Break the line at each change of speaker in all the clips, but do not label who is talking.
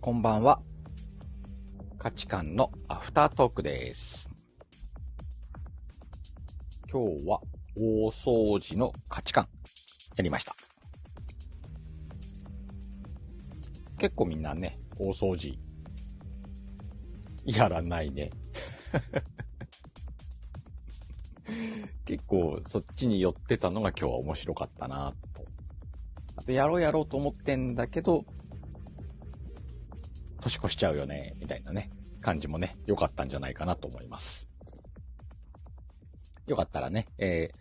こんばんは。価値観のアフタートークです。今日は大掃除の価値観やりました。結構みんなね、大掃除やらないね。 結構そっちに寄ってたのが今日は面白かったなと。あとやろうやろうと思ってんだけど、年越しちゃうよね、みたいなね、感じもね、良かったんじゃないかなと思います。よかったらね、えー、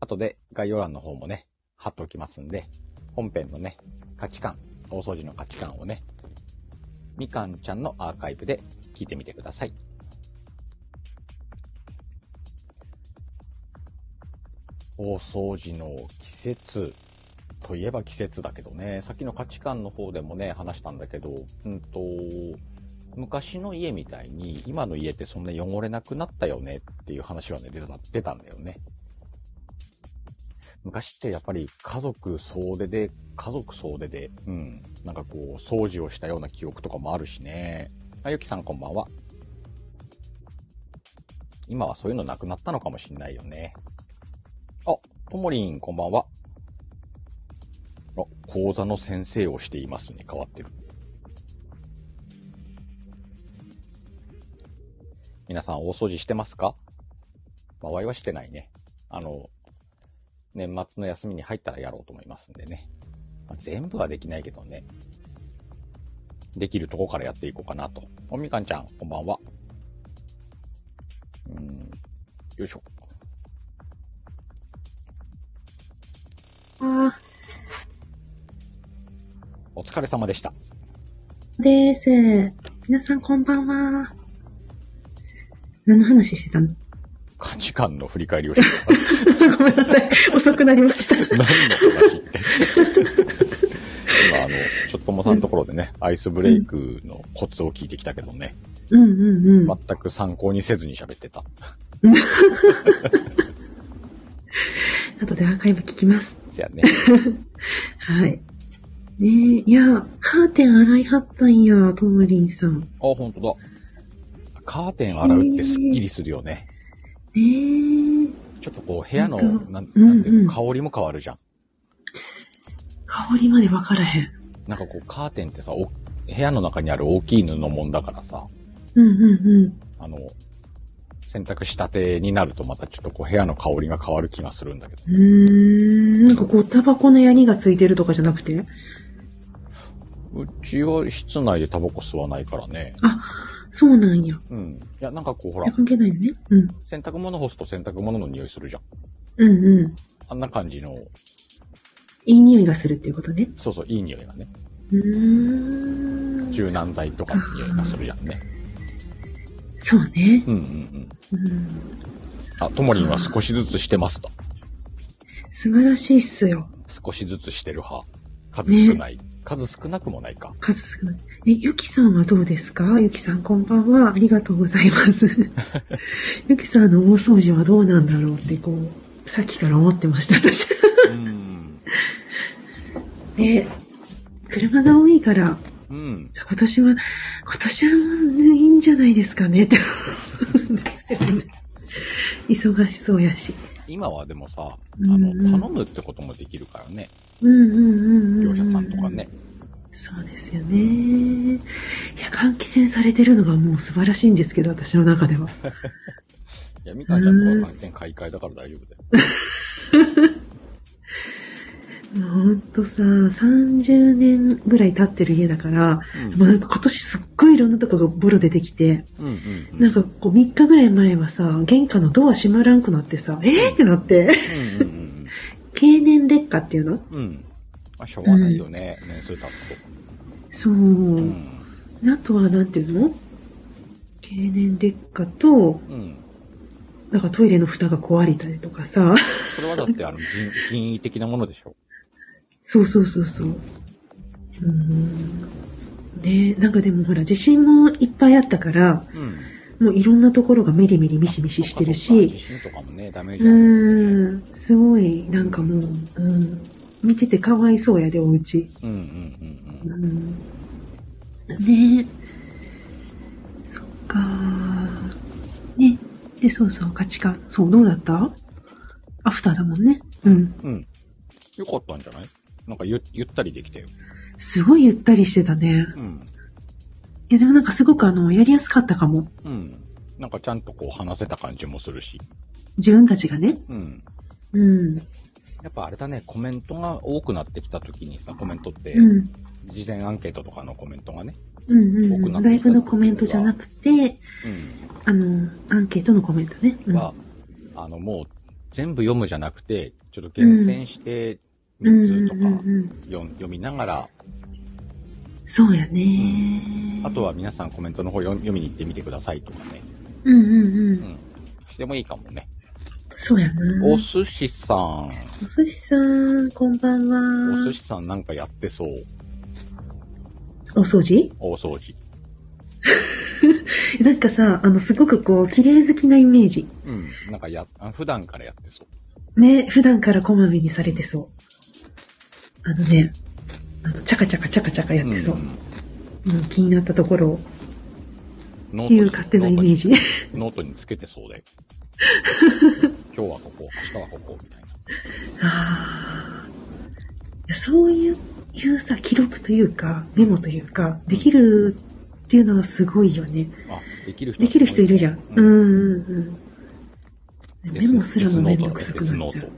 後で概要欄の方もね、貼っておきますんで、本編のね、価値観、大掃除の価値観をね、みかんちゃんのアーカイブで聞いてみてください。大掃除の季節といえば季節だけどね、さっきの価値観の方でもね、話したんだけど、うんと、昔の家みたいに、今の家ってそんな汚れなくなったよねっていう話はね、出た出たんだよね。昔ってやっぱり家族総出で、家族総出で、うん、なんかこう、掃除をしたような記憶とかもあるしね。あ、ゆきさんこんばんは。今はそういうのなくなったのかもしんないよね。あ、ともりんこんばんは。あ、講座の先生をしていますに変わってる。皆さん大掃除してますかまあ、ワイはしてないね。あの、年末の休みに入ったらやろうと思いますんでね。まあ全部はできないけどね。できるとこからやっていこうかなと。おみかんちゃん、こんばんは。うーん、よいしょ。
あ
お疲れ様でした。
ーです。皆さんこんばんは。何の話してたの
価値観の振り返りをしてた。
ごめんなさい。遅くなりました。
何の話って。今、あの、ちょっともさんのところでね、アイスブレイクのコツを聞いてきたけどね、
うんうんうん。
全く参考にせずに喋ってた。
後でアーカイブ聞きます。
せやね。
はい。ねえ、いや、カーテン洗いはったんや、ともりんさん。
あ、ほんとだ。カーテン洗うってスッキリするよね。
ねえ、
ちょっとこう、部屋の、
うん
なんなんていう
うん
の、香りも変わるじゃん。
香りまでわからへん。
なんかこう、カーテンってさ、お部屋の中にある大きい布もんだからさ、
うんうん
あの、洗濯したてになるとまたちょっとこう、部屋の香りが変わる気がするんだけど。
うん。うーん、なんかこう、タバコの槍がついてるとかじゃなくて
うちは室内でタバコ吸わないからね。
そうなんや。
うん。いや、なんか こう、ほら
じゃ、関係ないのね。うん。
洗濯物干すと洗濯物の匂いするじゃん。
うんうん。
あんな感じの、
いい匂いがするっていうことね。
そうそう、いい匂いがね。
うーん。
柔軟剤とかの匂いがするじゃんね。
そうね。
うんうんうん。
うん。
あ、ともりんは少しずつしてますと。
素晴らしいっすよ。
少しずつしてる派。数少ない。数少なくもないか。
数少ない。え、ゆきさんはどうですかゆきさんこんばんは。ありがとうござ います。ゆきさんの大掃除はどうなんだろうって、こう、さっきから思ってました、 私。
うん。
え、車が多いから、
うん。
今年は、今年はもうね、いいんじゃないですかねって 思うんですけどね。忙しそうやし。
今はでもさ、あ
うんうん
の、頼むってこともできるからね。
うんうんうんうん。
業者さんとか。ね。
そうですよね。いや、換気扇されてるのがもう素晴らしいんですけど、私の中では。
いや、みかんちゃんとは完全買い替えだから大丈夫だよ。
もうほんとさ、30年ぐらい経ってる家だから、もうなんか今年すっごいいろんなとこがボロ出てきて、
うんうんうん。
なんかこう3日ぐらい前はさ、玄関のドア閉まらんくなってさ、えーってなって、
うんうん
経年劣化っていうの
うん。うん。まあ、しょうがないよね。年数経つ
そう。
と。うん。
あとはなんていうの経年劣化と、
うん。
なんかトイレの蓋が壊れたりとかさ、
それはだって、あの、人人為的なものでしょ。
そうそうそうそう。うーん。ねなんかでもほら、地震もいっぱいあったから、
うん。
もういろんなところがメリメリミシミシしてる
そうかそ
し、
うか地震とかもね、ダメー
う
ジあるよね
ーん、すごい、なんかもう、うん、見ててかわいそうやで、お家。
うんうんうん
うん。ねそっかね。で、そうそう、価値観。そう、どうだったアフターだもんね。うん。
うん。よかったんじゃないなんかゆゆったりできたよ。
すごいゆったりしてたね。
うん。
いや、でもなんかすごくあの、やりやすかったかも。
うん。なんかちゃんとこう話せた感じもするし。
自分たちがね。
うん。
うん。
やっぱあれだね、コメントが多くなってきた時にさ、コメントって
う、ん。
事前アンケートとかのコメントがね。
うん
多
う
く
ん
な
う
ってきた
ん。ライブのコメントじゃなくて、
うん。
あの、アンケートのコメントね。うん、
は、あのもう全部読むじゃなくて、ちょっと厳選して、3つとか
うんうんうんうん
読ん読みながら、
そうやね、
あとは皆さんコメントの方読み読みに行ってみてくださいとかね。
うんうんう。
うんん。でもいいかもね。
そうやな
お寿司さん。
お寿司さん、こんばんは。
お寿司さんなんかやってそう。
お掃除
大掃除。
なんかさ、あの、すごくこう、綺麗好きなイメージ。
うん。なんかや、あ普段からやってそう。
ね、普段からこまめにされてそう。あのね、あの、チャカチャカチャカチャカやってそう。
ん
うん気になったところを、
ノ
っていう勝手なイメージ。
ノートにつけてそうだ よ。今日はここ、明日はここ、みたいな。
あーいやそういう、いうさ、記録というか、メモというか、できるっていうのはすごいよね。
あ、できる人。
できる人いるじゃん。うんんうんうん。メモすらもめんどくさく
デス
な
ノ
っち
ー
ゃ
ト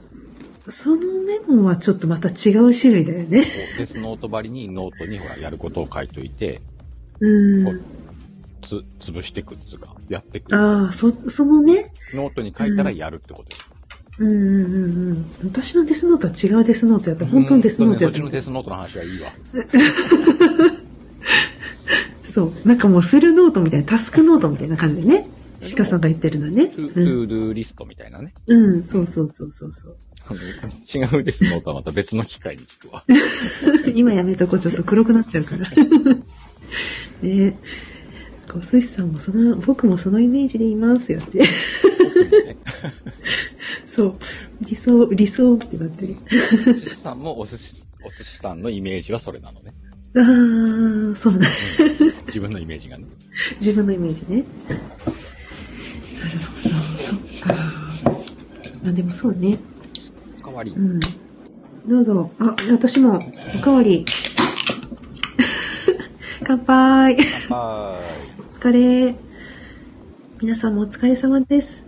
う。そのメモはちょっとまた違う種類だよね。
デスノートばりにノートにほら、やることを書いといて、
う
こ
ん。
つ、潰していくっつうか、やっていく。
ああ、そ、そのね。
ノートに書いたらやるってことよ
うんうんうんうん。私のデスノートは違うデスノートやった。本当のデスノート
そ
や
っ
っ
ちの
た。
デスノートの話はいいわ。
そう。なんかもうスルーノートみたいな、タスクノートみたいな感じでね。鹿さんが言ってるのはね。
トゥ、ト
うん
ゥードゥーリストみたいなね。
うん、そうそうそうそうそう。
違うデスノートはまた別の機会に聞くわ。
今やめとこちょっと黒くなっちゃうから。 ねえ。お寿司さんもその、僕もそのイメージでいますよって。 そう。理想、理想ってなってる。
お 寿司さんもお寿司、お寿司さんのイメージはそれなのね。
ああ、そう だ。
自分のイメージがね。
自分のイメージね。なるほど、そっか。まあでもそうね。
代わり
う。ん。どうぞ。あ、私も、おかわり。 乾杯。
乾杯。
お疲れ。皆さんもお疲れ様です。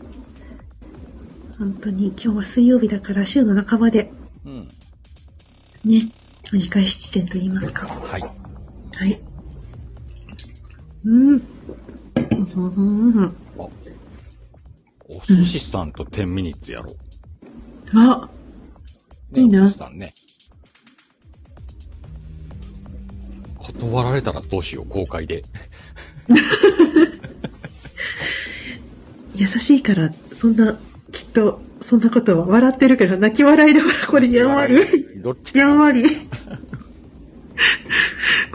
本当に今日は水曜日だから週の半ばで、
うん。
ね、折り返し地点と言いますか。
はい。
はい。うん。うん
おお寿司さんと10ミニッツやろう。
あ、
ね、
いいな
お寿司さんね。断られたらどうしよう、公開で。
優しいから、そんな、きっと、そんなことは笑ってるから、泣き笑いでほら、これやんわり。
どっち
やんわり。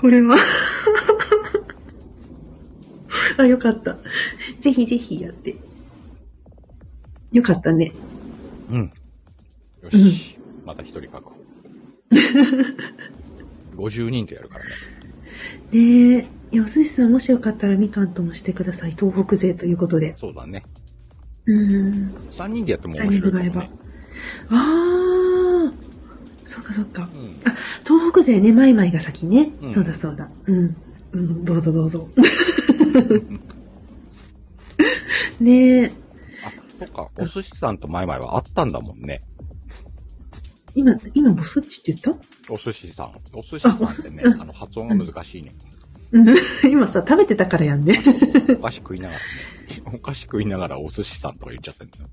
これは。あ、よかった。ぜひぜひやって。よかったね。
うん。よし。また一人確保。50人とやるからね。
ねえ。いや、お寿司さん、もしよかったらみかんともしてください。東北勢ということで。
そうだね。
うん。
3人でやっても面白いかも
タイミングが合
ね
え。ああ。そっかそっか
う。ん。
あ、東北勢ね、マイマイが先ね。
うん
そうだそうだ。うん。うん、どうぞど うぞ。ねえ。
あ、そっか。お寿司さんとマイマイはあったんだもんね。
今、今、ボスっちって言った
お寿司さん。お寿司さんってね
あお寿、うん
あの、発音が難しいね。
うん 今さ、食べてたからやんね。
お菓子食いながらね。 お菓子食いながらお寿司さんとか言っちゃってんだよ。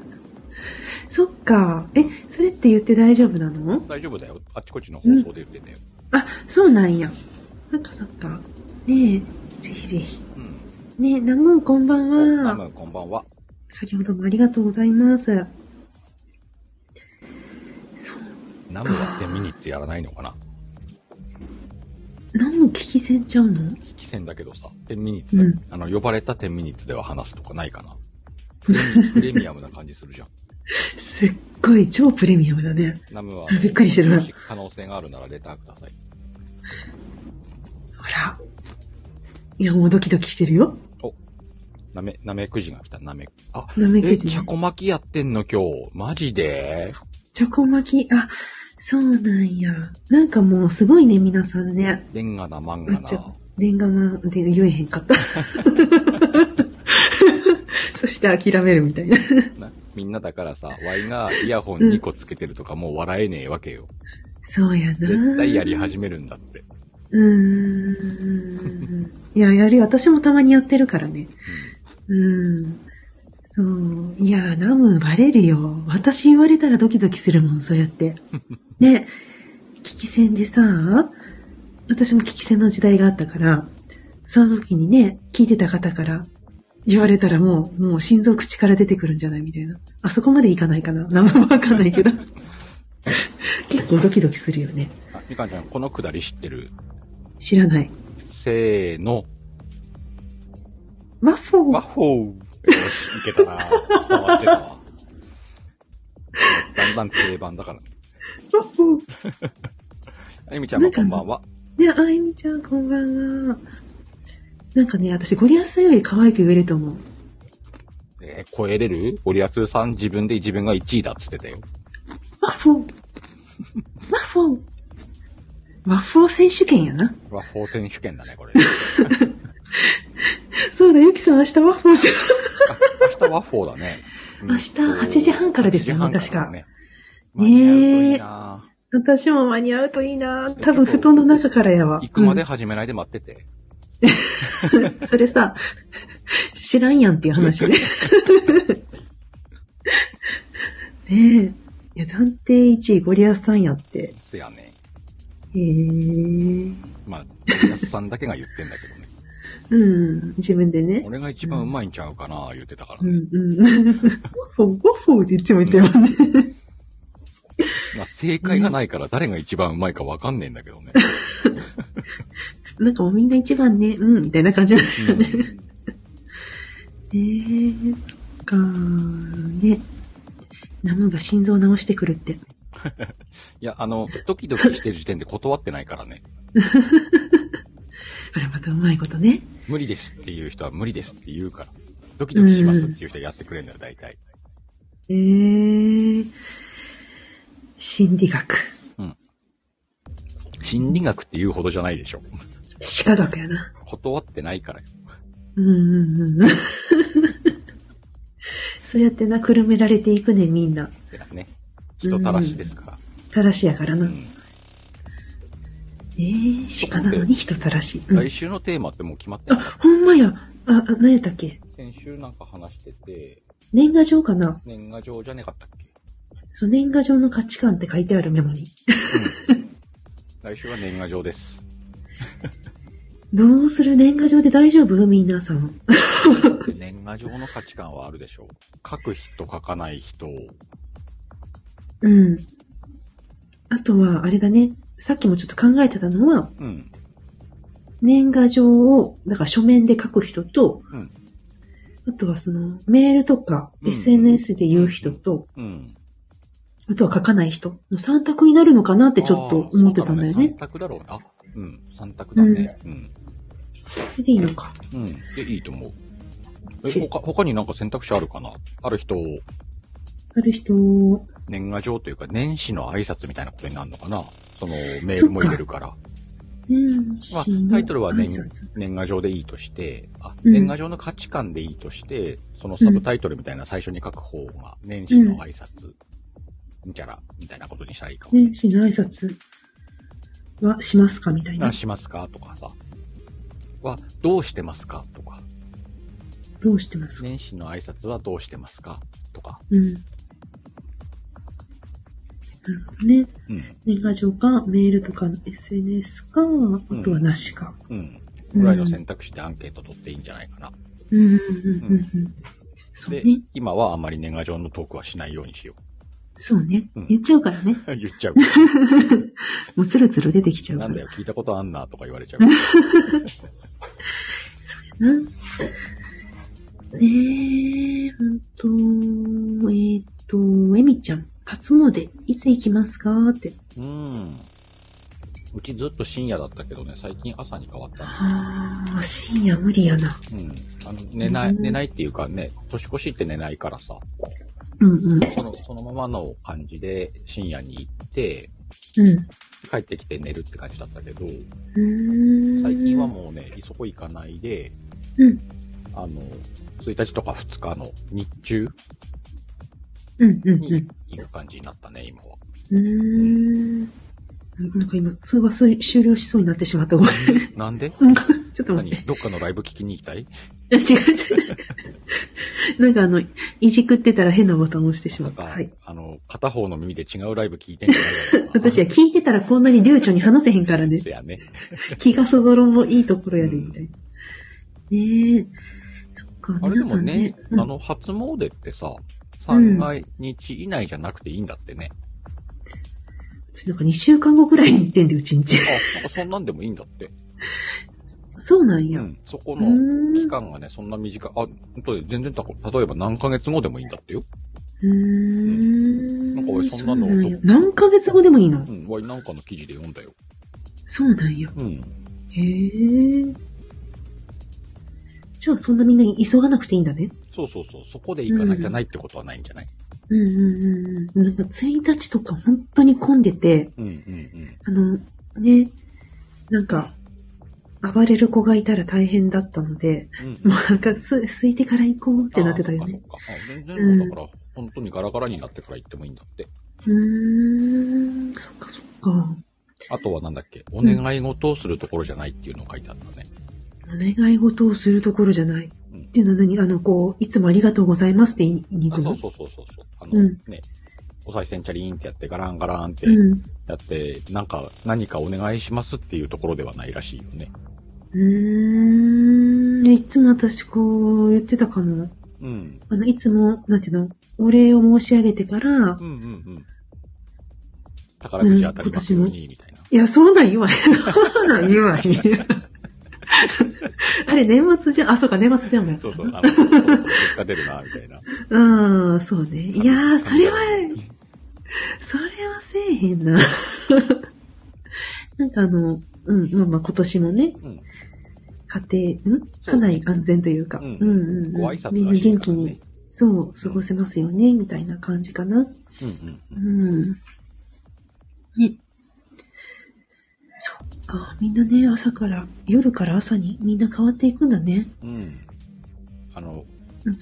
そっか。え、それって言って大丈夫なの
大丈夫だよ。あっちこっちの放送で言ってたよ。
あ、そうなんや。なんかそっか。ねえ、ぜひぜひ。
うん。
ねえ、ナムーンこんばん
おナ
は。
ムこんばんは。
先ほどもありがとうございます。そう。
ナムは10ミニッツやらないのかな
ナムーン聞き戦ちゃうの
危機戦だけどさ、10ミニッツだ、
うん
あの、呼ばれた10ミニッツでは話すとかないかなプレ ミプレミアムな感じするじゃん。
すっごい超プレミアムだね。
ナムは、
びっくりしてる
もし可能性があるならレターください。
あら。いや、もうドキドキしてるよ。
なめ、なめくじが来た、なめ、あ、
なめ
え、
くじ。
チャコ巻きやってんの今日。マジで
チョコ巻き、あ、そうなんや。なんかもうすごいね、皆さんね。
レンガな漫
あ
画
ちょ
な。
レンガマンで言えへんか った。そして諦めるみたいな。
なみんなだからさ、ワイがイヤホン2個つけてるとかもう笑えねえわけよ。
そうやな。
絶対やり始めるんだって。うん
うーん。いや、やり、私もたまにやってるからね。うん。そう。いや、ナムバレるよ。私言われたらドキドキするもん、そうやって。ね、危機戦でさ、私も危機戦の時代があったから、その時にね、聞いてた方から言われたらもう、もう心臓口から出てくるんじゃないみたいな。あそこまでいかないかな。ナムはわかんないけど。結構ドキドキするよね。
あみかんちゃん、このくだり知ってる
知らない。
せーの。
ワッフォー
ワッホーよし、いけたな伝わってたわ。だんだん定番だから。
ワッフォー
あゆみちゃんもこんばんは。
ね、あゆみちゃん、こんばんは。なんかね、私、ゴリアスさんより可愛く言えると思う。
えー超えれるゴリアスさん自分で自分が1位だっつってたよ。
ワッフォー。ワッフォー。ワッフォー選手権やな。
ワッホー選手権だね、これ。
そうだ、ゆきさん、明日ワッフォーじゃん。
明日ワッフォーだね。うん
明日8時半からですよね
8時半らね。間に合うとい
ねえ
いな
私も間に合うといいな多分、布団の中からやわ。
行くまで始めないで待ってて。
うんそれさ、知らんやんっていう話ね。 ねえ。いや、暫定1位、ゴリアスさんやって。
せやね。
へえー。
まあ、ゴリアスさんだけが言ってんだけ どね。
うん、自分でね。
俺が一番うまいんちゃうかな言ってたから
う
ね。
んうん。ワッフォー、ワッフォーっていつも言ってるもんね。
まあ、正解がないから誰が一番うまいかわかんねえんだけど ね。
なんかもうみんな一番ね、うん、みたいな感じだよ
う
ね。
ん
えー、そっかね。ナムが心臓治してくるって。
いや、あの、ドキドキしてる時点で断ってないからね。
あら、またうまいことね。
無理ですっていう人は無理ですって言うから。ドキドキしますっていう人はやってくれるんだよ、大体。
えー、心理学。
心理学って言うほどじゃないでしょ。
歯科学やな。
断ってないからよ。
うんうんうん。そうやってな、くるめられていくね、みんな。
そらね。人たらしですから。
たらしやから
う
な。
ん。
えー、鹿なのに人たらし。うん
来週のテーマってもう決まってな
あ
か、
ほんまや。あ、あ何やったっけ
った先週なんか話してて、
年賀状かな
年賀状じゃねかったっけ
そう、年賀状の価値観って書いてあるメモに。
来週は年賀状です。
どうする年賀状で大丈夫皆さん。
年賀状の価値観はあるでしょう。書く人、書かない人。
うん。あとは、あれだね。さっきもちょっと考えてたのは、
うん。
年賀状を、だから書面で書く人と、
うん
あとはその、メールとか、
うん
SNS で言う人と、
うん。
あとは書かない人の3択になるのかなってちょっと思ってたんだ
あー
よ
そう
ね
三。択だろうね。あ、うん。三択だね。うん。
それでいいのか。
うん。で、いいと思う。え、他、他になんか選択肢あるかなある人、
ある人、う
年賀状というか、年始の挨拶みたいなことになるのかなその、メールも入れるから。
ん、
まあ
死ぬ
タイトルはね
挨拶
年賀状でいいとして、あ、
うん
年賀状の価値観でいいとして、そのサブタイトルみたいな最初に書く方が、年始の挨拶、みたいな、みたいなことにしたらいいかもね。
年始の挨拶はしますかみたいな
何。しますかとかさ。は、どうしてますかとか。
どうしてますか、
年始の挨拶はどうしてますかとか。
うん。なるほどね。
うん。
年賀状か、メールとか、SNS か、あとはなしか。
うん。ぐらいの選択肢でアンケート取っていいんじゃないかな。
うん、うん、うん、うんうん。そう
で
ね。、
今はあんまり年賀状のトークはしないようにしよ
そうね
うん。
言っちゃうからね。
う。言 っちゃうから。
もうつるつる出てきちゃうか
な
ら。
んだよ、聞いたことあんなとか言われちゃうから。
うんねえ、ほんと、えっ、と、えみちゃん、初詣、いつ行きますかって。
うん。うちずっと深夜だったけどね、最近朝に変わったん
ああ、深夜無理やな。
です。うん。あの、寝ない、寝ないっていうかね、年越しって寝ないからさ、
うんうん。
その、そのままの感じで深夜に行って、
うん。
帰ってきて寝るって感じだったけど、
うーん
最近はもうね、そこ行かないで、
うん。
あの、1日とか2日の日中
うんうんうん
に。行く感じになったね、今 は。
うーん。なんか今、通話そう終了しそうになってしまった。ごめん。
なんで
うんちょっと
何
待って。
どっかのライブ聞きに行きたい
違う。なんかあの、いじくってたら変なボタンを押して
ま
しま
さ
った。
か、
はい。
あの、片方の耳で違うライブ聞いてんじゃないだろうな
私は聞いてたらこんなに流暢に話せへんから ね
せ。やね。
気がそぞろもいいところやで、みたいな。ねえ。そっか、
あれ
皆
でも
さんね
ね。、
うん
あの、初詣ってさ、3回日以内じゃなくていいんだって ね。
私なんか2週間後くらいに行ってんで、うちんち。
あ、なんかそんなんでもいいんだって。
そうなん
う。
や。うん
そこ
ー
の
ん。
期
う
間がね、そんな短い。あ、本当に全然たこ、例えば何ヶ月後でもいいんだってよ。
ーん。
なんか俺そんなの
うや何ヶ月後でもいいの
うん。わいなんかの記事で読んだよ。
そうなんや。
うん。
へえ。じゃあそんなみんな急がなくていいんだね。
そうそうそう。そこで行かなきゃないってことはないんじゃない
うんうんうんうん。なんか1日とか本当に混んでて、
うんうん
あの、ね、なんか、暴れる子がいたら大変だったので、
うん。うん。
もうなんかす、空いてから行こうってなってたよね。
あそっかそっかあ全然、
うん
だから、本当にガラガラになってから行ってもいいんだって。
うーん、そっかそっか。
あとはなんだっけ、お願い事をするところじゃないっていうのを書いてあったね。
お願い事をするところじゃない。
うん
っていうのは何あの、こう、いつもありがとうございますって言いに行
あ
く
そ
の
うそうそうそうそう。あの、
うん
ね、お賽銭チャリーンってやって、ガランガランって
うん。
やって、なんか、何かお願いしますっていうところではないらしいよね。
うーん、いつも私こう言ってたかも。
うん。
あの、いつも、なんていうの、お礼を申し上げてから
う、んうんうん。宝くじ当たりますように、みたいな。
いや、そうなん言わへん。そうなん言わへ ん。あれ、年末じゃん。あ、そうか、年末じゃんもん。
そうそう、あの、そうそう、結果出るな、みたいな。
うん、そうね。いやー、それは、それはせえへんな。 なんかあの、うん、まあまあ今年もね、
うん。
家庭、ん
そ
家
うね
内安全というか、
うん
うんうん
ご挨拶
みんな
らしい
元
か
気
ら
に
ね、。
そう、過ごせますよね、みたいな感じかな。
うんうんう。
うんん。ね。そっか、みんなね、朝から、夜から朝にみんな変わっていくんだね。
うん。あの、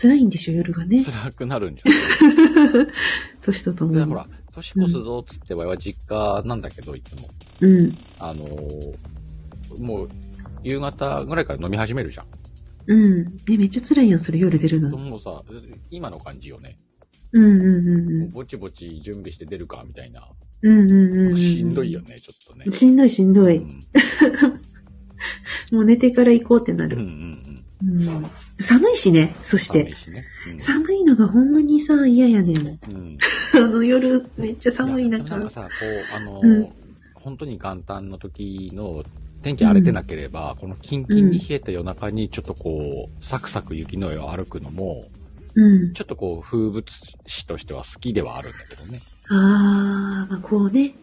辛いんでしょ、夜がね。
辛くなるんじゃない
年とと
で、
も
ほ
に。
ら、年越すぞ、つって、わいは実家なんだけど、いつも。
うん。
あのーもう、夕方ぐらいから飲み始めるじゃん。
うん。え、めっちゃ辛いやん、それ夜出るの。
もうさ、今の感じよね。
うんうんうんうん。
ぼちぼち準備して出るか、みたいな。
うんうんうんうん。
しんどいよ。ね、ちょっとね。
しんどいしんど
う
い。
ん
もう寝てから行こうってな
うんうんう
る。
ん。
うん。寒いしね、そし
寒
て
い。しね。
寒いのがほんまにさ、嫌やねん。
うんうん
あの、夜めっちゃ寒い
やでもなん
中
か。さ、こう、あのー
うん
本当に元旦の時の天気荒れてなければ、このキンキンに冷えた夜中にちょっとこう、サクサク雪の上を歩くのも、
うん。
ちょっとこう、風物詩としては好きではあるんだけどね。
あー、まあ、こうね。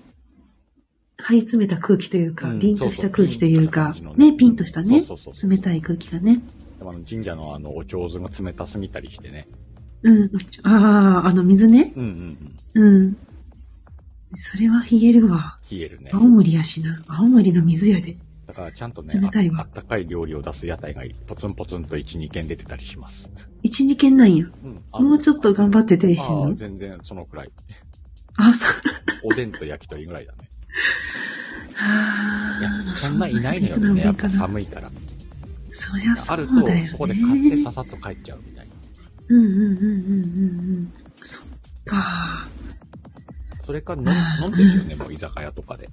張り詰めた空気というか、
うん
凛とした空気というか
そうそう、
ね、ピンとしたね
そう。そうそう。
冷たい空気がね。
でもあの神社のあの、お上手が冷たすぎたりしてね。
うん。あー、あの水ね。
うんうんうん。
うん。それは冷えるわ。
冷えるね。
青森やしな。青森の水やで。
だからちゃんとね
冷たい、
あ
わ
あったかい料理を出す屋台がポツンポツンと1、2軒出てたりします。
一、二軒なんや。
うん。あの
もうちょっと頑張っててへん
ああ、
の
全然そのくらい。
あ、そう。
おでんと焼き鳥ぐらいだね。い
あ
や、
ー
そんないないのよね、やっぱ
そんな
寒いから。
そりゃそ
ある
うだよ、ね。
と、そこで買ってささっと帰っちゃうみたいな。
うんうんうんうんうんうん。そっか。
それか飲ん飲んでるよね、もう居酒屋とかで。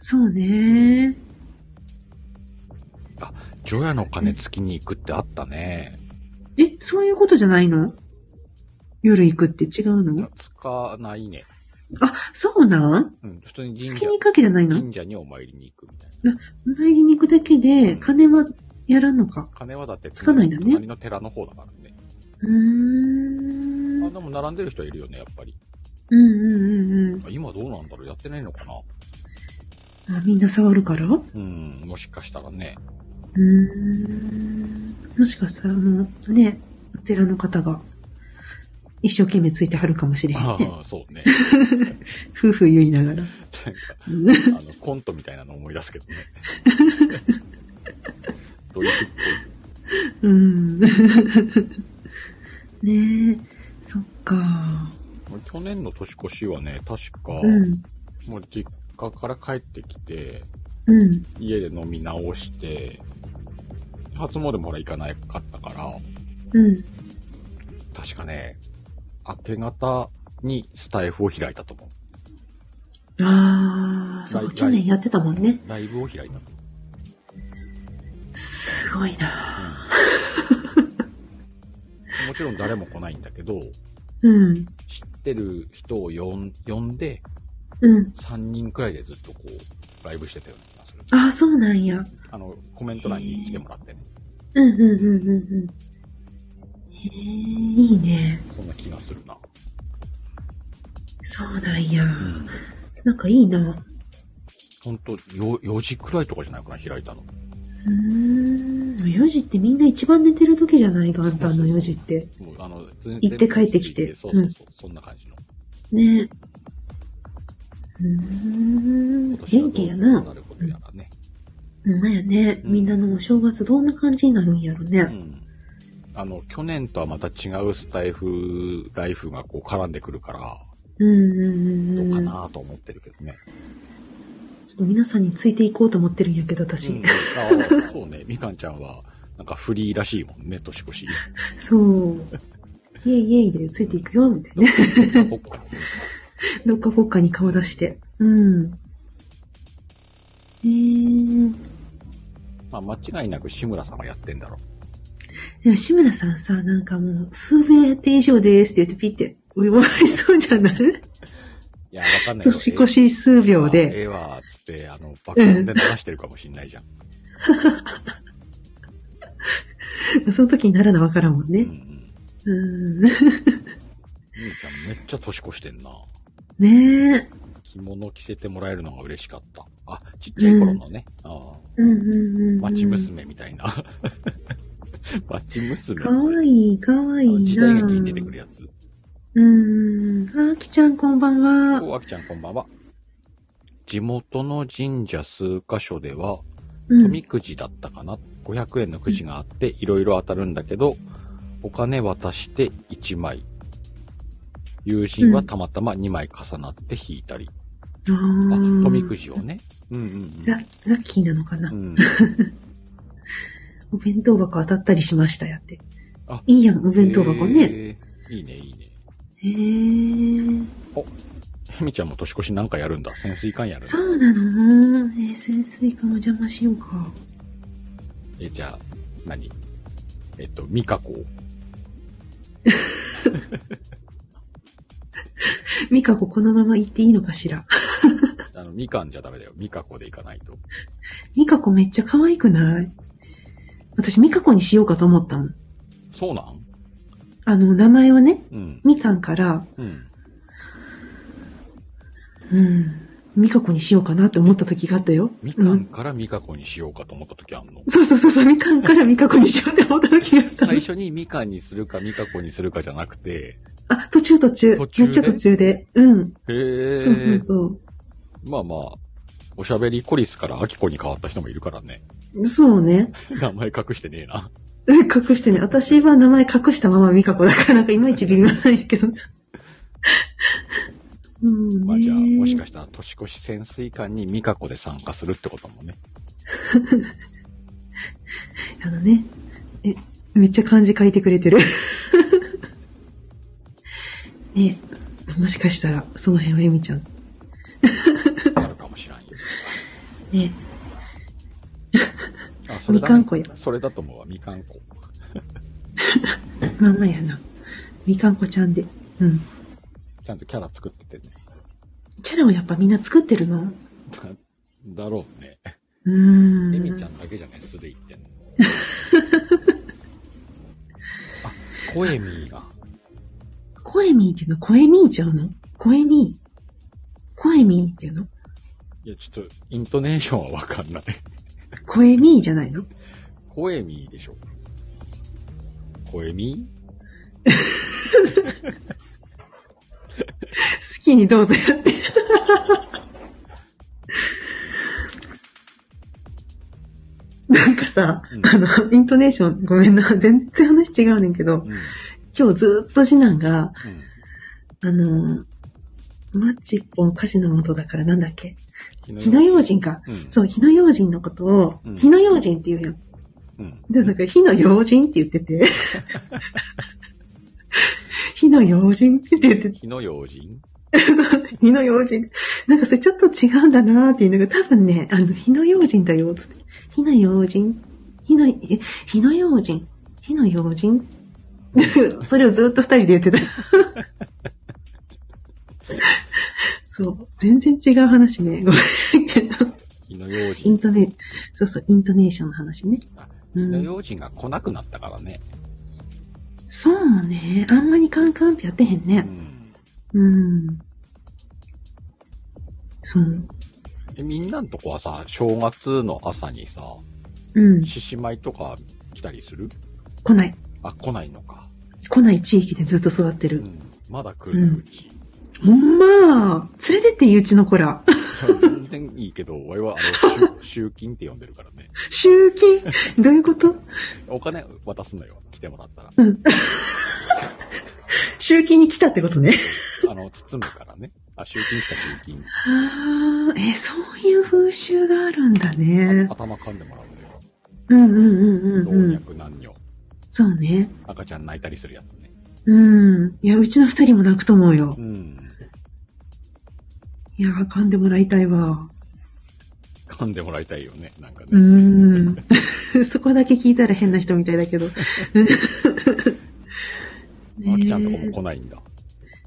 そうね。
除夜の鐘つきに行くってあったね。
え、そういうことじゃないの夜行くって違う
い
の
やつかないね。
あ、そうなん
うん、普通に神
月
社
に、行くわけじゃないの
神社にお参りに行くみたいな。
参りに行くだけで、金はやらんのか。
鐘はだって
つかないんだね
隣の寺の方だからね。
うーん。う
あ、
ん
でも並んでる人いるよね、やっぱり。
うんうんうん。
あ今どうなんだろうやってないのかな
うあみんな触るからう
うん、もしかしたらね。
ーん。もしかしたらもうね、お寺の方が一生懸命ついてはるかもしれへん ね。
ああ、そうね。
夫婦言いながら。うん
なんかあの、コントみたいなの思い出すけ どね。ドリフっ
うん。 ねえ、そっか。
ぽい。去年の年越しはね、確か、
うん。
もう実家から帰ってきて、
うん。
家で飲み直して、初詣もほら行かなかったから、
うん。
確かね、明け方にスタイフを開いたと思う。
ああ、そ
ラ
う
イ
か、去年やってたもんね。
ライブを開いた。
すごいな。
うんもちろん誰も来ないんだけど、
うん。
知ってる人を呼ん呼んで、
うん。
3人くらいでずっとこう、ライブしてたような気がする。
ああ、そうなんや。
あの、コメント欄に来てもらってね。
うんうんうんうんうん。へえ、いいね。
そんな気がするな。
そうなんや。
うん。
なんかいいな。
ほんと、よ4時くらいとかじゃないかな、開いたの。
うーん。4時ってみんな一番寝てる時じゃない元旦の4時って。
もうあの、全
行って帰ってきて
全部そうそうそう、そんな感じの。
ねうーん。元気
今年
や
はどう
な。
なることやらね。
ほんまやね。
うん
みんなのお正月どんな感じになるんやろ
う
ね。
ん。あの、去年とはまた違うスタイフ、ライフがこう絡んでくるから、
うんうんう
ど
ん
う
う
か
ん。
なと思ってるけどね。
ちょっと皆さんについていこうと思ってるんやけど、私。
うん、ああそうね、みかんちゃんは、なんかフリーらしいもんね、年越し。
そう。イエイイエイでついていくよ、みたいなね。
どっかに
どっかぽっかに顔出して。うん。えー、
まあ、間違いなく志村さんがやってんだろ
でも志村さんさ、なんかもう、数秒やって以上ですって言ってピッて、終わりそうじゃない
いや、わかんないよ
年越し数秒
え
で。
えわええわ、つって、あの、爆音で流してるかもしんないじゃん。
その時になるのわからんもん
うんう
ね。
ん。
うん。
みーちゃんめっちゃ年越してんな。
ねえ。
着物着せてもらえるのが嬉しかった。あ、ちっちゃい頃のね、ああ
うんうんうん。
町。娘みたいな。 町娘。
かわいい、かわいい
あ
な。
の時代劇に出てくるやつ。
うん。あーきちゃんこんばんは。
お、あきちゃんこんばんは。地元の神社数箇所では、
う
富
ん。
くじだったかな。500円のくじがあって、いろいろ当たるんだけど、お金渡して1枚。友人はたまたま2枚重なって引いたり。
あ
あ、
ー
富くじをね。うんうん
ララッキーなのかな
う。ん。うん。
お弁当箱当たったりしましたやって
あ。
いいやん、お弁当箱ね。
へー。いいね、いいね。
へー。
ひみちゃんも年越しなんかやるんだ。潜水艦やるんだ
そ。うなのえー、潜水艦お邪魔しようか。
え、じゃあ、何えっと、ミカコ。
ミカ子このまま行っていいのかしら。
あの、みかんじゃダメだよ。ミカコで行かないと。
ミカ子めっちゃ可愛くない私ミカ子にしようかと思ったの。
そうなん
あの、名前をね、
うん。
みかんから、
うん。
うん、ミカ子にしようかなって思った時があったよ。
みか
うんん
からみかこにしようかと思った時あんの
そうそうそうそう、みかんからみか子にしようって思った時があったの
最。初にみかんにするかみかこにするかじゃなくて、
あ、途中途中。
途中で
めっちゃ途中で。うん。
へ
そうそう
え。
そう。
まあまあ、おしゃべりコリスからアキコに変わった人もいるからね。
そうね。
名前隠してねえな。
うん隠してね。私は名前隠したまま美香子だから、なんかいまいち微妙なんやけどさ。 うん、ね。
まあじゃあ、もしかしたら年越し潜水艦にみかこで参加するってこともね。
あのね。え、めっちゃ漢字書いてくれてる。 ねもしかしたら、その辺はエミちゃん。
あるかもしらんよ。
ね
あ、それだ、ね。
みかんこや
それだと思うわ、みかんこ。
まんまやな。みかんこちゃんで。うん。
ちゃんとキャラ作っててね。
キャラをやっぱみんな作ってるの
だ、だろうね。
うーん。
エミちゃんだけじゃない、素で言って んの。あ、コエミーが。
コエミーっていうのコエミーちゃうのコエミー。コエミーっていうの
いや、ちょっと、イントネーションはわかんない。
声ミーじゃないの
声ミーでしょ。声ミ
好きにどうぞやって。 なんかさ、
うん
あの、イントネーション、ごめんな、全然話違うねんけど
ー、うん。うん。
今日ずっと次男が、あの、マッチ一本歌詞の元だからなんだっけ
火
火の用心か。
うん。
そう、火の用心のことを
うん、
火の用心って言うやん。
うん。
でもなんか、火の用心って言ってて。 火の用心って言ってて
火の用心
そう、火の用心。なんかそれちょっと違うんだなーっていうのが、多分ね、あの、火の用心だよ、つって。火の用心。火の、え、火の用心。火の用心。 それをずっと二人で言ってた。 そう、全然違う話ね。ごめんけど。
火の用
イン
心。
トネ、そうそう、イントネーションの話ね。
あ
う
火の
ん、
用心が来なくなったからね。
そうね。あんまりカンカンってやってへん
う
ね。
ん。
うん。そう。
え、みんなのとこはさ、正月の朝にさ、
うん。
獅子舞とか来たりする
来ない。
あ、来ないのか。
来ない地域でずっと育って
う
る。
ん。まだ来るうち。
ほんま連れてっていいうちの子ら。
いや全然いいけど、 俺はあの、集集金って呼んでるからね。
集金どういうこと
お金渡すのよ。来てもらったら。
集金に来たってこと ね。
あの、包むからね。あ、集金来た集金。
ああ、え、そういう風習があるんだね。
頭噛んでもらうのよ。
うんうんうんうんう
老
ん。
若男女。
そうね。
赤ちゃん泣いたりするやつね。
うん。いや、うちの二人も泣くと思うよ
う。ん。
いや、噛んでもらいたいわ。
噛んでもらいたいよね。なんか
う
ね。
ん。そこだけ聞いたら変な人みたいだけど。
あきちゃんとかも来ないんだ。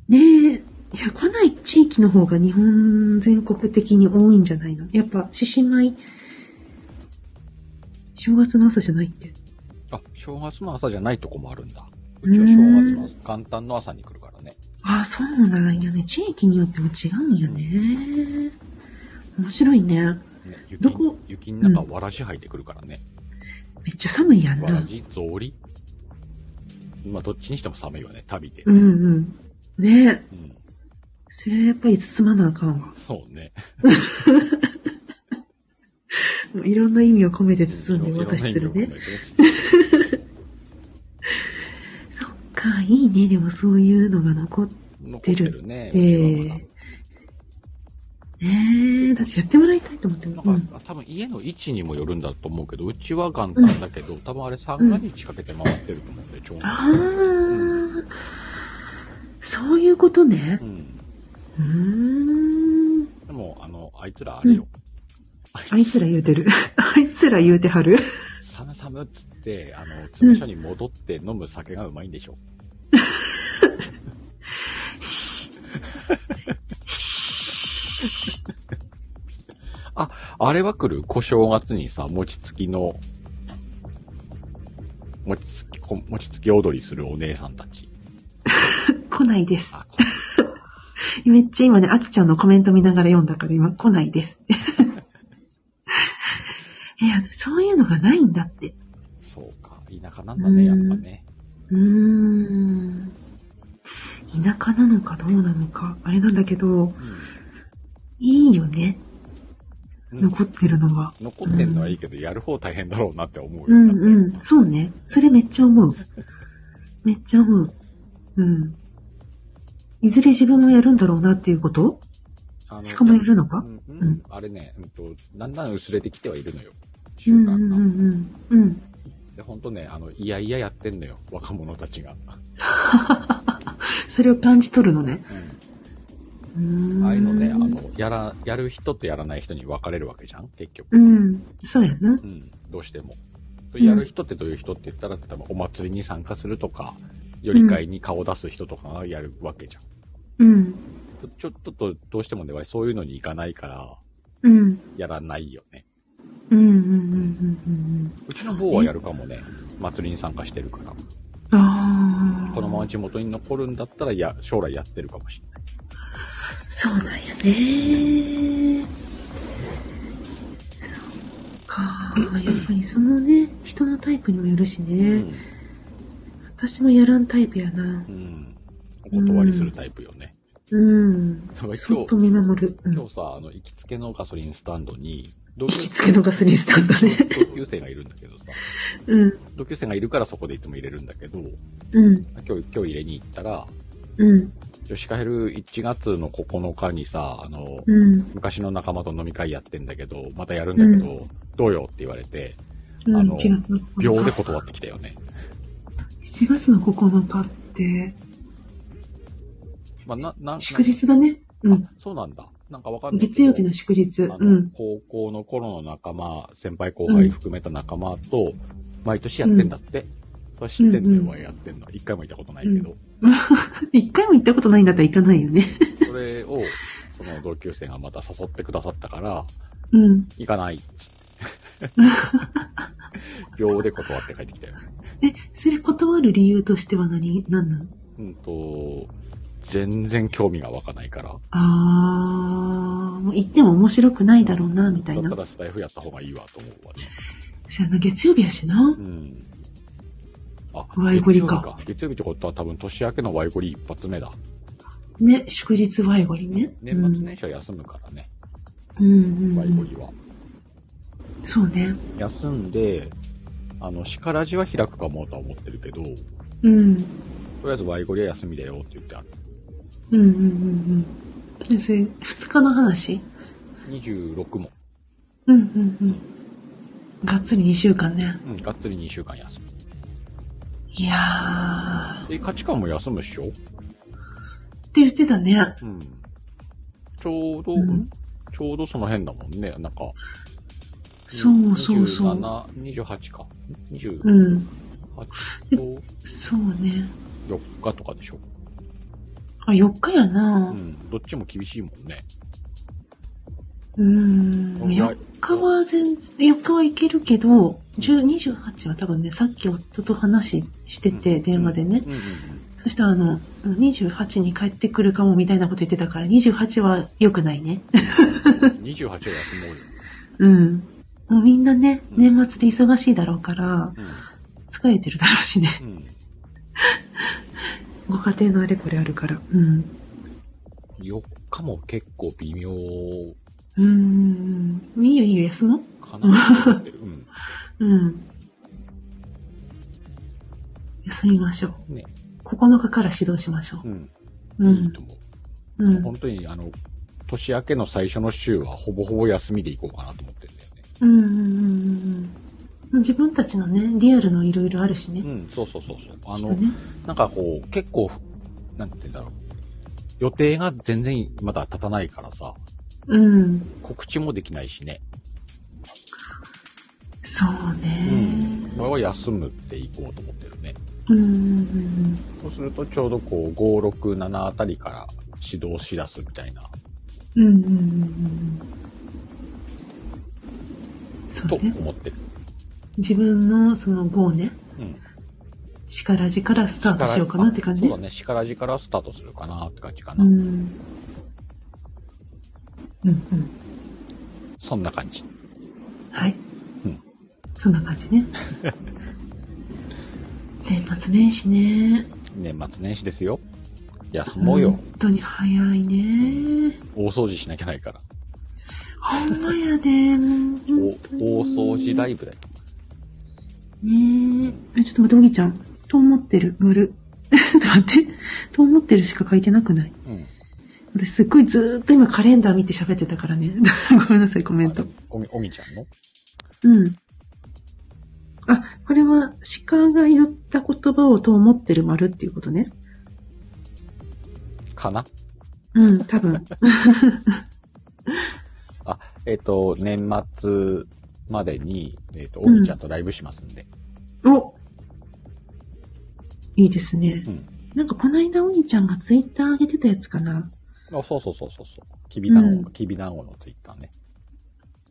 ねえ。いや、来ない地域の方が日本全国的に多いんじゃないのやっぱ、獅子舞、正月の朝じゃないって。
あ、正月の朝じゃないとこもあるんだ。うちは正月の朝、元旦の朝に来るからね。
ああ、そうなんやね。地域によっても違うんやね。面白いね。
ね雪
どこ
雪の中、わらじ履いてくるからね。
めっちゃ寒いやん
わら
な。
じ、草履。まあ、どっちにしても寒いわね。旅で。
うんうん。ねえ。
うん。
それはやっぱり包まなあかんわ。
そうね。
もういろんな意味を込めて包ん
い
で
ろんな
渡し
意味
す
を
る
込め
ね
て。包む
そっか、いいね。でもそういうのが残っ
残ってるね。
え
うちはまだ
えねえ。だってやってもらいたいと思ってる。
なん
う
か、
ん
多分家の位置にもよるんだと思うけど、うちは元旦だけど、多分あれ三が日かけて回ってると思うんで、ちょうど。
ああ、そういうことね
う。ん。
うーん。
でも、あの、あいつらあれよ。
あいつら言うて る。あいつら言うてはる。
寒寒っつって、あの、詰め所に戻って飲む酒がうまいんでしょ。あ、あれは来る小正月にさ、餅つきの、餅つき、こ餅つき踊りするお姉さんたち。
来ないです。
あ、これ
めっちゃ今ね、あきちゃんのコメント見ながら読んだから今来ないです。 え、あのそういうのがないんだって。
そうか。田舎なんだね、やっぱね。
うーん。田舎なのかどうなのか、あれなんだけど、いいよね。
うんうん
残ってるのが。
残ってんのはいいけど、やる方大変だろうなって思う
う
よ。
んうん、そうね。それめっちゃ思う。めっちゃ思う。うん。いずれ自分もやるんだろうなっていうこと
あの
しかもやるの
う
か
んうん
うん
あれね、うんと、だんだん薄れてきてはいるのよ。
う
習慣
んう
が。
んうんうん。うん。
で、ほんとね、あの、いやいややってんのよ、 若者たちが。
それを感じ取るのね。うーん
ああいうのね、あの、やら、やる人とやらない人に分かれるわけじゃん、結局。
うん。そうやな
う。ん、どうしても。
ん
やる人ってどういう人って言ったら、例えばお祭りに参加するとか、より会に顔出す人とかがやるわけじゃん。
うん。
ちょちょっと、どうしてもね、そういうのに行かないから、
うん。うん
やらないよね。
うんうんうん
うちの坊はやるかもね、祭りに参加してるから。
うん。ああ。
このまま地元に残るんだったら、いや、将来やってるかもしれない。
そうなんやね。っぱりそのね、人のタイプにもよるし
う
ね。
ん。
私もやらんタイプやな
う。ん。お断りするタイプよね。
うん
なんか。
そっと見守る。うん
今日さ、あの、行きつけのガソリンスタンドに、同級
行きつけのガソリンスタンドね。
同級生がいるんだけどさ、
うん。
同級生がいるからそこでいつも入れるんだけど、
うん。
今日、今日入れに行ったら、
うん。
女子カヘル1月の9日にさ、あの、
うん。
昔の仲間と飲み会やってんだけど、またやるんだけど、どうよって言われて、
うん。
あの
1月の
秒
9
で
日。
断ってきたよね。
7月の9日って、
まあ、な、な、な
祝日だね。うん。
そうなんだ。なんかわかんないけど。
月曜日の祝日。う
あの、
ん。
高校の頃の仲間、先輩後輩含めた仲間と、毎年やってんだって。それは知ってんだよ、
うんうん
俺やってんの。一回も行ったことないけど。
一回も行ったことないんだったら行かないよね。
それを、その同級生がまた誘ってくださったから、
うん。
行かないっつ って。秒で断って帰ってきたよ。
え、それ断る理由としては何、何なの
うんと、全然興味が湧かないから。
あー、もう行っても面白くないだろうな、みたい
だ
な
った。らスタイフやった方がいいわと思うわね。
その月曜日やしな
う。ん。あ、
ワイゴリか
月曜日月曜日ってことは多分年明けのワイゴリ一発目だ。
ね、祝日ワイゴリね。
年末年始は休むからね、
うん。うん
ワ
う
イ
んう
ゴ
ん。
リは。
そうね。
休んで、あの、シカラジは開くかもとは思ってるけど、とり
うん。
あえずワイゴリは休みだよって言ってある。
うんうんうんうん。それ、二日の話
26も。
うんうんうん。がっつり2週間ね。
うん、がっつり2週間休む。
いやー。っ
え、価値観も休むっしょ
て言ってたね。
うん。ちょうど、
うん
ちょうどその辺だもんね、なんか。
そうそうそう。
27、28か。28
うん。
と
そうね。
4日とかでしょ。
あ、4日や
う
な。
ん、どっちも厳しいもんね。
うん。
うん
4日は全然、4日はいけるけど、10 28は多分ね、さっき夫と話してて、電話でね。
うんうん
そしたらあの、28に帰ってくるかもみたいなこと言ってたから、28は良くないね。
うん。28は休もうよ。
うん。もうみんなね、
うん
年末で忙しいだろうから、疲れてるだろうしね。
うん。うん。
ご家庭のあれこれあるから。うん。
4日も結構微妙
うーん。いいよいいよ、休もう。
かなと思 ってる。うん。
うん。休みましょう。
ね。
9日から指導しましょ
うん。
う。う
いい
ん
と。思
う
う。
ん。
本当に、あの、年明けの最初の週はほぼほぼ休みで行こうかなと思ってんだよね。
うんうんうんうん。自分たちのね、リアルのいろいろあるしね。
うん、そうそうそうそう。あ
きっ
の
と、ね
なんかこう、結構、なんて言うんだろう。予定が全然まだ立たないからさ、
うん。
告知もできないしね。
そう
う
ね。
ん。俺は休むっていこうと思ってるね。
うんうん
そうするとちょうどこう、5、6、7あたりから指導し出すみたいな、
うんうんうんうんうんそ
と
うね。
思ってる。
自分のその5ね、
うん。
力力からスタートしようかなって感じ。
あそうだね。力力からスタートするかなって感じか
う
な。
ん。うんうん。
そんな感じ。
はい。
うん
そんな感 じね。年末年始ね。
年末年始ですよ。休もうよ。
本当に早いね。
大掃除しなきゃないから。
ほんまやで、もう
お
本当に。
大掃除ライブだよ。
ねえ。え、ちょっと待って、おぎちゃん。と思ってる、塗る。 ちょっと待って。と思ってるしか書いてなくない
うん。
私すっごいずーっと今カレンダー見て喋ってたからね。 ごめんなさい、コメント。
おみ、おみちゃんの
うん。あ、これは鹿が言った言葉をと思ってる丸っていうことね。
かな
うん、多分。
あ、えっ、と、年末までに、えっ、と、おみちゃんとライブしますんで。
おいいですね。
うん
なんかこの間お兄ちゃんがツイッター上げてたやつかな。
あ、そうそうそうそうそう。きびだん
う
ご、
ん
きびだんごのツイッターね。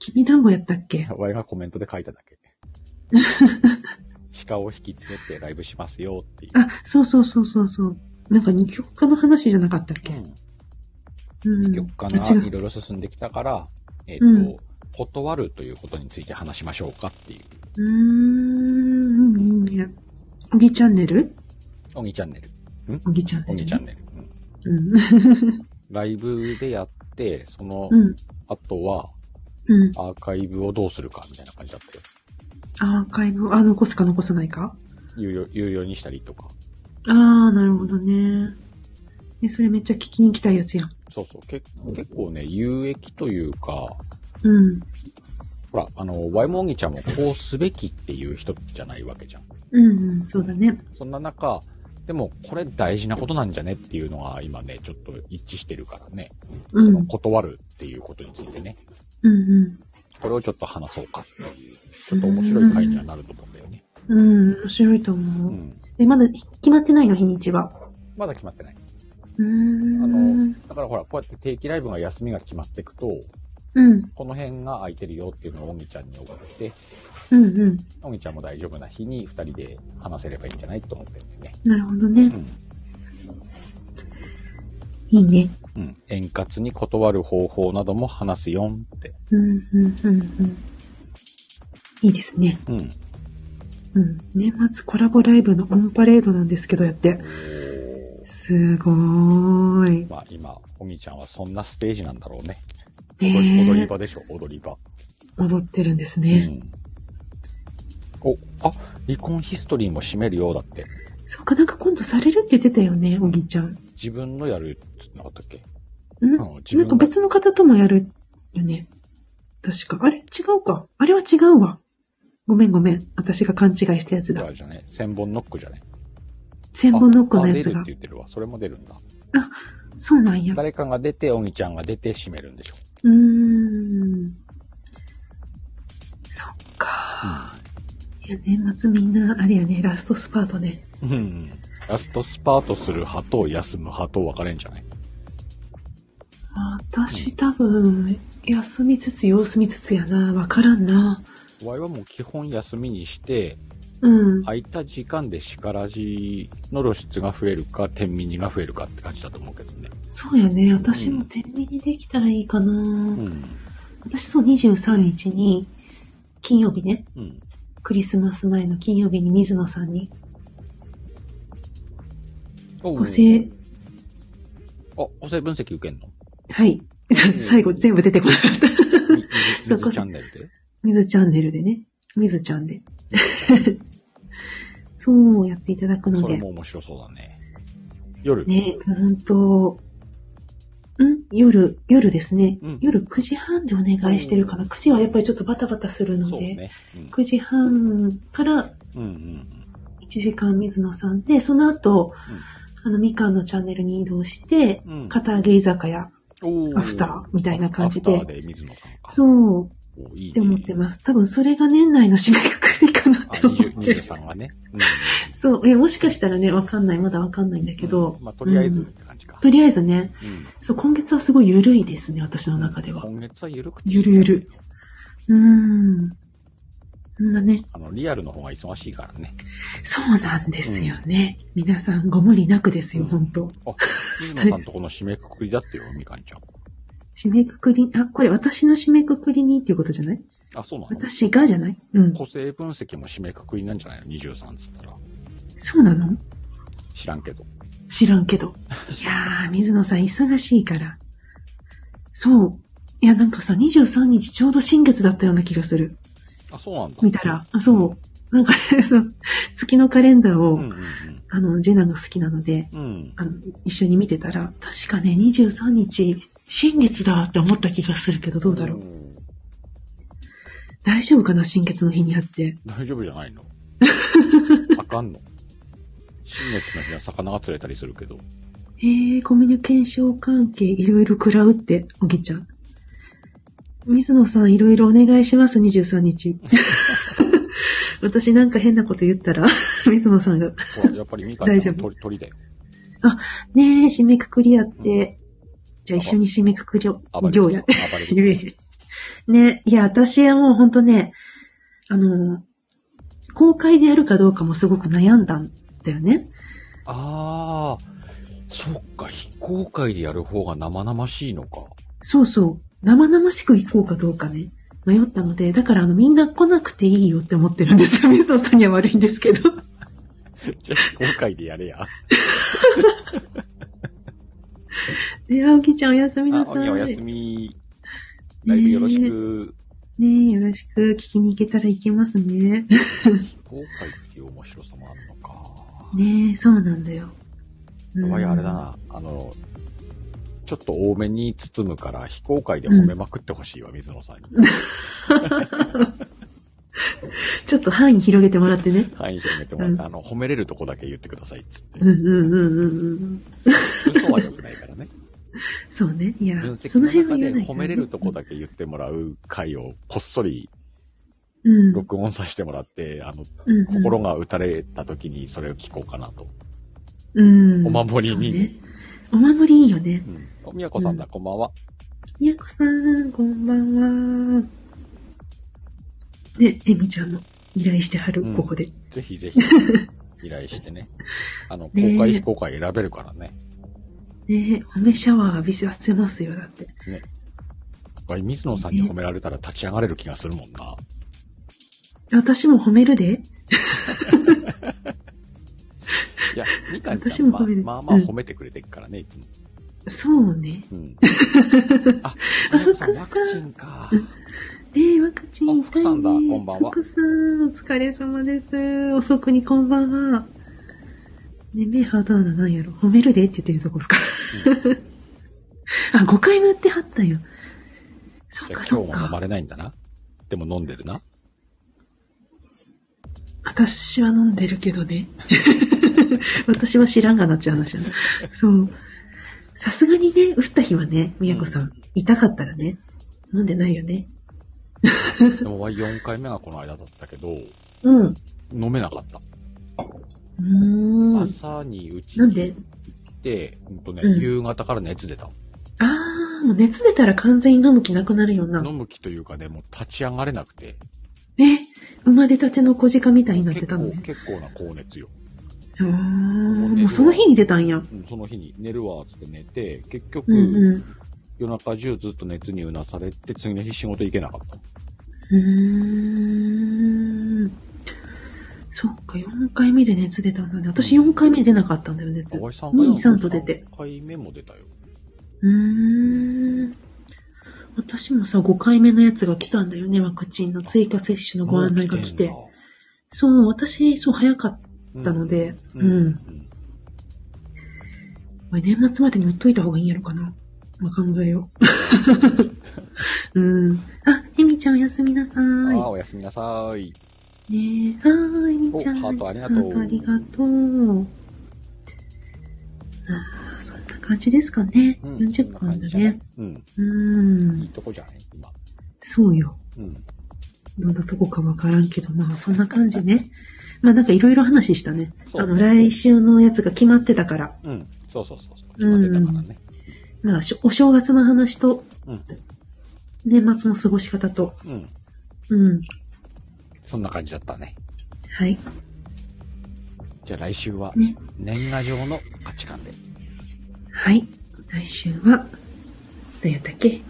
きびだんごやったっけ
我がコメントで書いただ け。鹿を引き連れてライブしますよっていう。
あ、そうそうそうそうそう。なんか二極化の話じゃなかったっけ
うん。
うん。
業界
あ違
が
う
いろいろ進んできたから、えっ、
うん
と、断るということについて話しましょうかっていう、
うーん。いやおぎチャンネル
おぎチャンネル。
おぎチャンネル。
おぎチャンネル。うん
うん。
ライブでやって、その
うん。
後は
うん。
アーカイブをどうするかみたいな感じだったよ。
アーカイブ、あ、残すか残さないか
有料、有料にしたりとか。
ああ、なるほどね。え、それめっちゃ聞きに行きたいやつやん。
そうそう。け結構ね、有益というか、
うん。
ほら、あの、ワイモンギちゃんもこうすべきっていう人じゃないわけじゃん。
うん、うん、そうだね。
そんな中、でもこれ大事なことなんじゃねっていうのが今ね、ちょっと一致してるからね。
う
そ
ん。う
の
ん、
断るっていうことについてね。
うん。
これをちょっと話そうかっていう、ちょっと面白い回にはなると思うんだよね。
うん、面白いと
う
思う。
ん。
え、まだ決まってないの、日にちは。
まだ決まってない。
うーん。
あの、だからほら、こうやって定期ライブが休みが決まっていくと、
うん、
この辺が空いてるよっていうのをおぎちゃんに送って、
うん、うん。
おぎちゃんも大丈夫な日に二人で話せればいいんじゃないと思ってるんでね。
なるほどね。
うん。
いいね。
うん。円滑に断る方法なども話すよんって。
うん、うん、うん、うん。いいですね。
うん。
うん。年末コラボライブのオンパレードなんですけど、やって。すごーい。
まあ今、おぎちゃんはそんなステージなんだろうね。踊り踊り
ね
場でしょ、踊り場。
え、踊ってるんです
う
ね。
ん。お、あ、離婚ヒストリーも締めるようだって。
そっか、なんか今度されるって言ってたよね、おぎちゃん。
自分のやるってなかったっけ
うん
あ自
なん
分
か
が
別の方ともやるよね。確か。あれ違うか。あれは違うわ。ごめんごめん。私が勘違いしたやつ
あ
だ。
れじゃね、千本ノックじゃね。
千本ノックの
あ
やつ
あ出る
が
って。言ってるわ。それも出るんだ。
そうなんや。う
誰かが出て、おぎちゃんが出て締めるんでしょ。
ーん。そっか。いや、年末みんな、あれやね、ラストスパートね。
うん。ラストスパートする派と休む派と分かれんじゃない
私多分、休みつつ様子見つつやな。わからんな。
ワイはもう基本休みにして、
うん。
空いた時間で叱らじの露出が増えるか、天秤が増えるかって感じだと思うけどね。
そうやね。私も天秤にできたらいいかな。
うん。
私そう23日に、金曜日ね、
うん。
クリスマス前の金曜日に水野さんに、
お
補正、
あ、補正分析受けんの
はい。最後全部出てこなかった。
み水
そこ
水チャンネルで
水チャンネルでね。水ちゃんで。 そうやっていただくの
それ
で。
も面白そうだね。夜。
ね、本当ん夜、夜ですね、
うん
夜9時半でお願いしてるかな。9時はやっぱりちょっとバタバタするの
そう
で。
ね。うん
9時半から
うんうん
1時間水野さんで、その後、あの、みかんのチャンネルに移動して、
うん。うん。
片揚げ居酒屋、
おー
アフターみたいな感じ
ア
で
フターで水野さんか。
そう、
おーいいね。
って思ってます。多分それが年内の締めくくりかな
あ、
って思
20
ってる。
23がね。うん。
そう、いや、もしかしたらね、わかんない、まだわかんないんだけど、
まあ、とりあえず
う
っ
ん
て感じか。
とりあえずね、
うん。
そう、今月はすごい緩いですね、私の中では。
今月は緩くて。
ゆるゆる。。うーん。そんなね、
あの、リアルの方が忙しいからね。
そうなんですよね。皆さんご無理なくですよ、
うん
本当
あ、水野さんとこの締めくくりだってよ、みかんちゃん。
締めくくり、あ、これ私の締めくくりにっていうことじゃない
あ、そうなの
私がじゃないうん。
個性分析も締めくくりなんじゃないの ?23 つったら。
そうなの
知らんけど。
知らん けど。いやー、水野さん忙しいから。そう。いや、なんかさ、23日ちょうど新月だったような気がする。
あ、そうなんだ。
見たら。あ、そう。なんか ね、その、月のカレンダーを、
うんうんうん。
あの、ジェナが好きなので、
うん。
あの、一緒に見てたら、確かね、23日、新月だって思った気がするけど、どうだろう。
ん
大丈夫かな、新月の日にあって。
大丈夫じゃ ないのあかんの新月の日は魚が釣れたりするけ ど。
えー、コミュニケーション関係いろいろ食らうって、おぎちゃん。水野さんいろいろお願いします、23日。 私なんか変なこと言ったら、 水野さんが。
ほら、やっぱりみかんちゃん
大丈夫
鳥鳥だよ。
ねえ、締めくくりやって。じゃあ一緒に締めくくりを、
暴れ
行
る。
やって。
暴れ
言
る。
えへんね、いや、私はもうほんとね、あの、公開でやるかどうかもすごく悩んだんだよね。
あー、そっか、非公開でやる方が生々しいのか。
そうそう。生々しく行こうかどうかね。迷ったので、だからあのみんな来なくていいよって思ってるんですよ。 水野さんには悪いんです けど。
じゃあ、今回でやれや。
ね、青木ちゃんおやすみな
あ、
さ
お
い。
やすみ。ライブよろしく。
ねえ、よろしく聞きに行けたら行けま すね。
今回っていう面白さもあるのか。
ねえ、そうなんだよ。うん
やばい、あれだ。な。あの、ちょっと多めに包むから、非公開で褒めまくってほしいわ、水野さんに。
ちょっと範囲広げてもらってね。
範囲広めてもらって、
うん
あの、褒めれるとこだけ言ってくださいっ、つって
う。んうんうんうんうん。
嘘は良くないからね。
そうね。いや
分、析
その
の
辺は
中
言
で
わないからね
褒めれるとこだけ言ってもらう回を、こっそり
うん。
録音させてもらって、あの、
うんうん
心が打たれた時にそれを聞こうかなと。
うん。
お守りに
そうねお守りいいよね
う。ん。おみやこさんだ、こんばんは。
みやこさん、こんばんは。ね、えみちゃんの依頼してはる、
うん
ここで。
ぜひ ぜひ、依頼してね。あの、公
ね
開
え
非公開選べるからね。
ね、おめシャワー浴びさせますよ、だって。
やっぱり水野さんに褒められたら立ち上がれる気がするもんな。
私も褒めるで。
いや、みかんち
私
ゃん
も
まあ
褒める
まあまあ
うん
褒めてくれてっからね、いつも。
そうね。
うん。あ、おやこさんワクチンか。
ねえ、ワクチン
あ福さんだ
痛いね
こんばんは
福さん、お疲れ様です。遅くにこんばんは。ねえ、目肌ななんやろ。褒めるでって言ってるところから。あ、5回もやってはったよ。そっ
じゃあ
か
今
そっ
日も飲ま
か。
れないんだな。でも飲んでるな。
私は飲んでるけどね。 私は知らんがなっちゃう話だな。そう。さすがにね、打った日はね、みやこさん、痛かったらね、飲んでないよね。
でも4回目がこの間だったけど、
うん。う
飲めなかった。
ーん。
朝にうち
なん
に
で
行って、ほんとね、
うん
夕方から熱出た。
ああ、もう熱出たら完全に飲む気なくなるような。
飲む気というかね、もう立ち上がれなくて。
え、生まれたての小鹿みたいになって
結
た
構
の、ね。
結構な高熱よ。
あーもうその日に出たん
う
や。
んその日に寝るわ、つって寝て、結局、
うんうん。う
夜中中ずっと熱にうなされて、次の日仕事行けなかった。
ーん。そっか、4回目で熱出たんだね。私4回目出なかったんだよ、熱。う
河合さんが
二三と出て
3回目も出たよ。
ーん。私もさ、5回目のやつが来たんだよね、ワクチンの追加接種のご案内が来て。
も
そう、私、そう、早かっ
う来てんだ
たの。で、
う
うんん。
うん
これ年末までに売っといた方がいいんやろかな。まあ、考えよう。うん。あ、エミちゃんおやすみな
あ
さ
あ、
ー
おやすみなさい。
い。ねえ、はーい、エミちゃん。
おハートありがとう
ハートありがとう。あーそんな感じですかね。
うん
40分だ。
そんな感じじゃな
ね
い。うん。
う
いい
ん。
とこじゃない今。
そうよ。
うん。
どんなとこかわからんけど、まあ、そんな感じね。まあ、なんかいろいろ話したね。
そう
あの、来週のやつが決まってたから。
うん。そうそうそうそう。決まってたからね。
まあ、しょお正月の話と、
うん。
年末の過ごし方と。
うん。
うん。
そんな感じだったね。
はい。
じゃあ来週は、
ね。
年賀状の価値観で。
はい。来週は、何やったっけ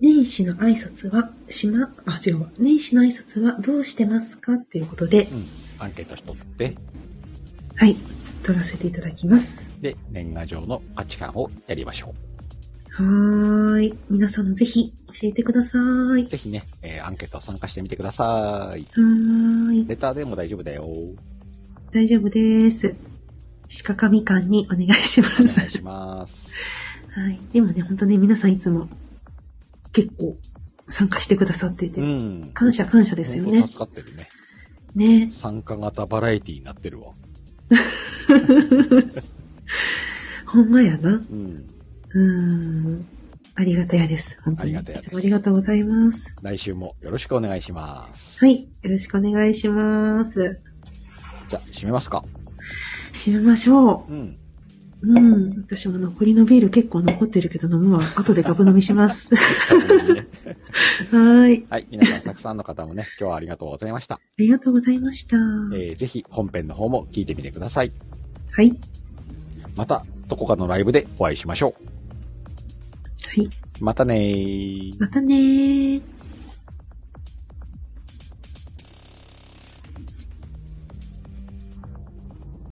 年始の挨拶は、しま、あ、違うわ。年始の挨拶はどうしてますかっていうことで
う、ん。アンケートしとって、
はい。取らせていただきます。
で、年賀状の価値観をやりましょ
はーい。皆さんもぜひ教えてください。は
う。ぜひね、えーアンケート参加してみてください。
ーい。
レターでも大丈夫だよ。
大丈夫です。鹿かみかんにお願いしま
お
す。
願いします。
はい。でもね、ほんとね、皆さんいつも結構参加してくださっていて、
うん。
感謝感謝ですよ
本
ね
当。助かってるね。
ね。
参加型バラエティになってるわ。
ほんまやな。
うん。
うーん。ありがたやです。本当に。
ありがたやです
いつもありがとうございます。
来週もよろしくお願いします。
はい。。よろしくお願いします。
じゃあ、締めますか。
締めましょ
うん。
う。うん。私も残りのビール結構残ってるけど飲むわ。後でガブ飲みし ます。はーい。
はい。皆さん、たくさんの方もね、今日はありがとうございました。
ありがとうございました。
えー、ぜひ、本編の方も聞いてみてください。
はい。
また、どこかのライブでお会いしましょ
はい。
う。またねー。
またねー。